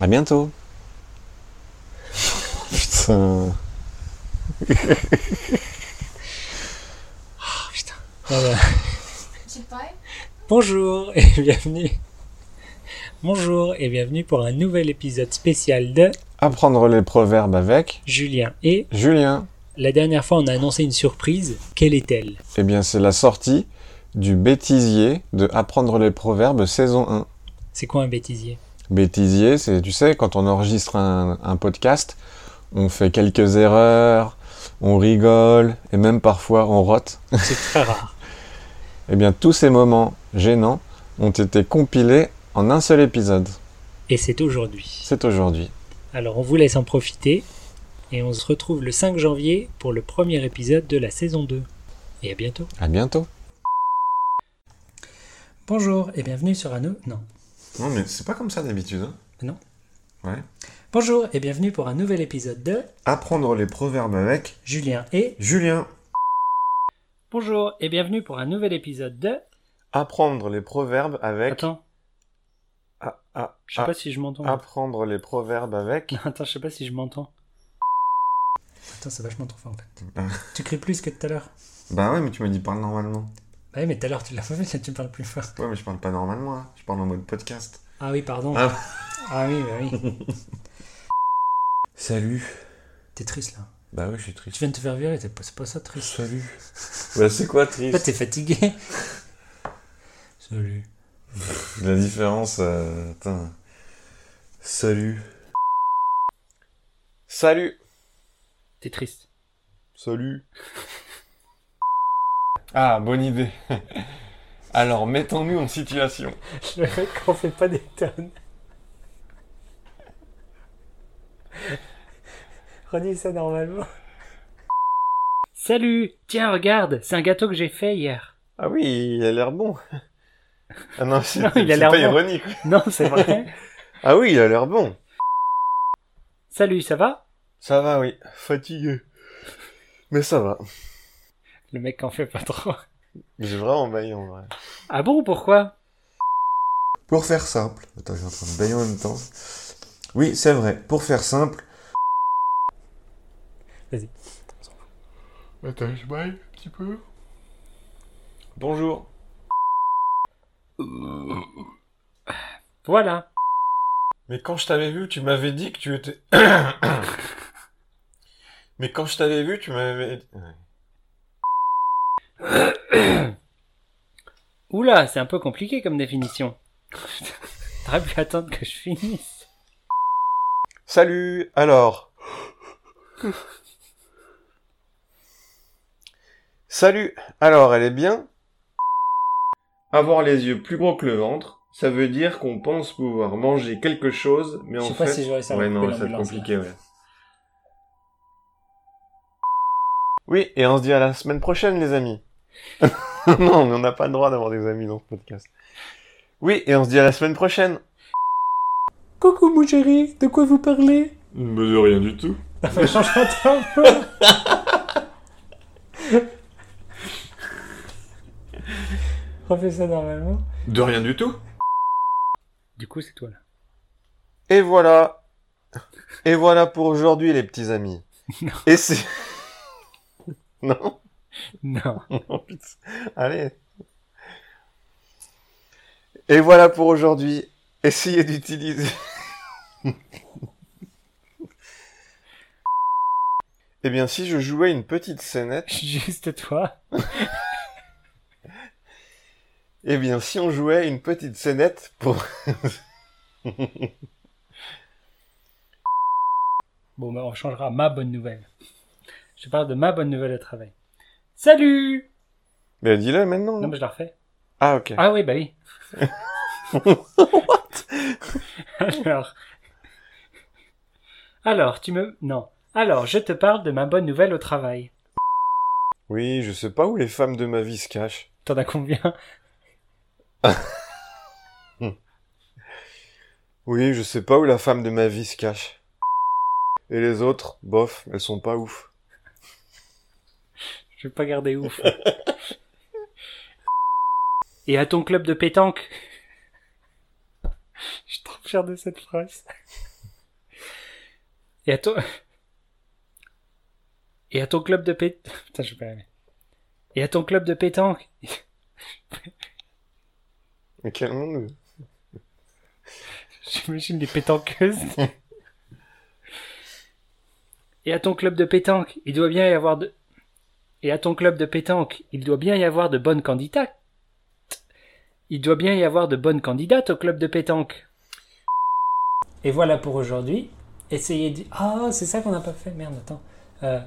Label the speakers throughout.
Speaker 1: À bientôt. Putain.
Speaker 2: Voilà.
Speaker 3: Petite paille.
Speaker 2: Bonjour et bienvenue. Bonjour et bienvenue pour un nouvel épisode spécial de
Speaker 1: Apprendre les proverbes avec
Speaker 2: Julien. Et
Speaker 1: Julien.
Speaker 2: la dernière fois, on a annoncé une surprise. Quelle est-elle
Speaker 1: Eh bien, c'est la sortie du bêtisier de Apprendre les proverbes saison 1.
Speaker 2: C'est quoi un bêtisier
Speaker 1: Bêtisier, c'est, tu sais, quand on enregistre un, un podcast, on fait quelques erreurs, on rigole, et même parfois on rote.
Speaker 2: C'est très rare.
Speaker 1: Eh bien, tous ces moments gênants ont été compilés en un seul épisode.
Speaker 2: Et c'est aujourd'hui.
Speaker 1: C'est aujourd'hui.
Speaker 2: Alors, on vous laisse en profiter et on se retrouve le 5 janvier pour le premier épisode de la saison 2. Et à bientôt.
Speaker 1: À bientôt.
Speaker 2: Bonjour et bienvenue sur un nou- non.
Speaker 1: Non, mais c'est pas comme ça d'habitude. hein.
Speaker 2: Non.
Speaker 1: Ouais.
Speaker 2: Bonjour et bienvenue pour un nouvel épisode de
Speaker 1: Apprendre les proverbes avec
Speaker 2: Julien et
Speaker 1: Julien.
Speaker 2: Bonjour et bienvenue pour un nouvel épisode de
Speaker 1: Apprendre les proverbes avec.
Speaker 2: Attends,
Speaker 1: Ah, ah,
Speaker 2: je sais
Speaker 1: ah.
Speaker 2: pas si je m'entends.
Speaker 1: Apprendre les proverbes avec.
Speaker 2: Non, Attends, je sais pas si je m'entends. Attends, c'est vachement trop fort en fait.
Speaker 1: Ah.
Speaker 2: Tu cries plus que tout à l'heure.
Speaker 1: Bah ouais, mais tu m'as dit parle normalement.
Speaker 2: Bah oui, mais tout à l'heure tu l'as pas fait, là tu parles plus fort.
Speaker 1: Ouais, mais je parle pas normalement, hein. je parle en mode podcast.
Speaker 2: Ah oui, pardon.
Speaker 1: Ah.
Speaker 2: Ah oui, bah oui.
Speaker 1: Salut.
Speaker 2: T'es triste là.
Speaker 1: Bah ouais, je suis
Speaker 2: Tu
Speaker 1: triste.
Speaker 2: viens de te faire virer, t'es pas- c'est pas ça triste.
Speaker 1: Salut. bah c'est quoi triste
Speaker 2: Là t'es fatigué. Salut.
Speaker 1: La différence. euh, Attends. Salut. Salut.
Speaker 2: T'es triste.
Speaker 1: Salut. Ah, bonne idée. Alors, mettons-nous en situation.
Speaker 2: Le mec, on fait pas des tonnes. Redis ça normalement. Salut Tiens, regarde, c'est un gâteau que j'ai fait hier.
Speaker 1: Ah oui, il a l'air bon. Ah non, c'est
Speaker 2: Non, il a
Speaker 1: c'est
Speaker 2: l'air
Speaker 1: pas
Speaker 2: bon.
Speaker 1: ironique.
Speaker 2: Non, c'est vrai.
Speaker 1: Ah oui, il a l'air bon.
Speaker 2: Salut, ça va
Speaker 1: Ça va, oui. Fatigué. Mais ça va.
Speaker 2: Le mec en fait pas trop.
Speaker 1: J'ai vraiment baillé en vrai.
Speaker 2: Ah bon, pourquoi
Speaker 1: Pour faire simple. Attends, je suis en train de bailler en même temps. Oui, c'est vrai. Pour faire simple.
Speaker 2: Vas-y.
Speaker 1: Attends, je baille un petit peu. Bonjour.
Speaker 2: Voilà.
Speaker 1: Mais quand je t'avais vu, tu m'avais dit que tu étais. Mais quand je t'avais vu, tu m'avais.
Speaker 2: Oula, c'est un peu compliqué comme définition. T'aurais pu attendre que je finisse.
Speaker 1: Salut, alors. Salut, alors, elle est bien
Speaker 4: Avoir les yeux plus gros que le ventre, ça veut dire qu'on pense pouvoir manger quelque chose, mais en
Speaker 2: Je sais
Speaker 4: fait...
Speaker 2: pas si j'aurais ça à
Speaker 4: ouais,
Speaker 2: couper
Speaker 4: non, ça va être
Speaker 2: l'ambulance,
Speaker 4: compliqué, ouais.
Speaker 1: Oui, et on se dit à la semaine prochaine, les amis. non, on n'a pas le droit d'avoir des amis dans ce podcast. Oui, et on se dit à la semaine prochaine.
Speaker 2: Coucou mon chéri, de quoi vous parlez
Speaker 4: Mais de rien du tout.
Speaker 2: Change un peu. Refais ça normalement.
Speaker 4: De rien du tout
Speaker 2: Du coup, c'est toi là.
Speaker 1: Et voilà. Et voilà pour aujourd'hui, les petits amis.
Speaker 2: Non.
Speaker 1: Et c'est. non
Speaker 2: Non.
Speaker 1: Oh, putain. Allez. Et voilà pour aujourd'hui. Essayez d'utiliser. eh bien, si je jouais une petite scénette,
Speaker 2: Juste toi.
Speaker 1: eh bien, si on jouait une petite scénette pour.
Speaker 2: Bon, bah, on changera ma bonne nouvelle. Je parle de ma bonne nouvelle au travail. Salut
Speaker 1: Mais dis-le maintenant. hein.
Speaker 2: Non, mais je la refais.
Speaker 1: Ah, ok.
Speaker 2: Ah oui, bah oui. Alors. Alors, tu me. Non. Alors, je te parle de ma bonne nouvelle au travail.
Speaker 1: Oui, je sais pas où les femmes de ma vie se cachent.
Speaker 2: T'en as combien
Speaker 1: Oui, je sais pas où la femme de ma vie se cache. Et les autres, bof, elles sont pas ouf.
Speaker 2: Je vais pas garder ouf. Et à ton club de pétanque Je trop fier de cette phrase. Et à ton... Et à ton club de pétanque... Putain, je vais pas y arriver. Et à ton club de pétanque...
Speaker 1: Mais quel monde
Speaker 2: J'imagine des pétanqueuses. Et à ton club de pétanque, il doit bien y avoir de... Et à ton club de pétanque, il doit bien y avoir de bonnes candidates. Il doit bien y avoir de bonnes candidates au club de pétanque. Et voilà pour aujourd'hui. Essayez de... Ah, c'est ça qu'on n'a pas fait. Merde, attends. Euh...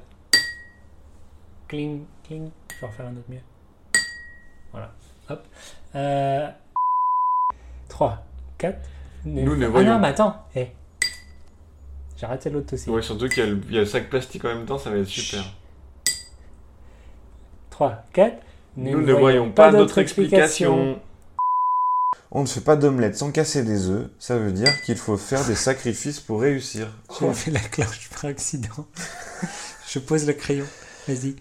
Speaker 2: Cling, cling. Je vais en faire un autre mieux. Voilà. Hop. Euh... 3, 4.
Speaker 4: Nous ne
Speaker 2: Ah non,
Speaker 4: voyons.
Speaker 2: mais attends. Eh. J'ai raté l'autre aussi.
Speaker 4: Ouais, surtout qu'il y, a le- il y a le sac plastique en même temps, ça va être super.
Speaker 2: 3, 4.
Speaker 4: Nous ne voyons pas d'autre explication.
Speaker 3: On ne fait pas d'omelette sans casser des œufs, ça veut dire qu'il faut faire des sacrifices pour réussir.
Speaker 2: J'ai fait la cloche par accident. Je pose le crayon. Vas-y.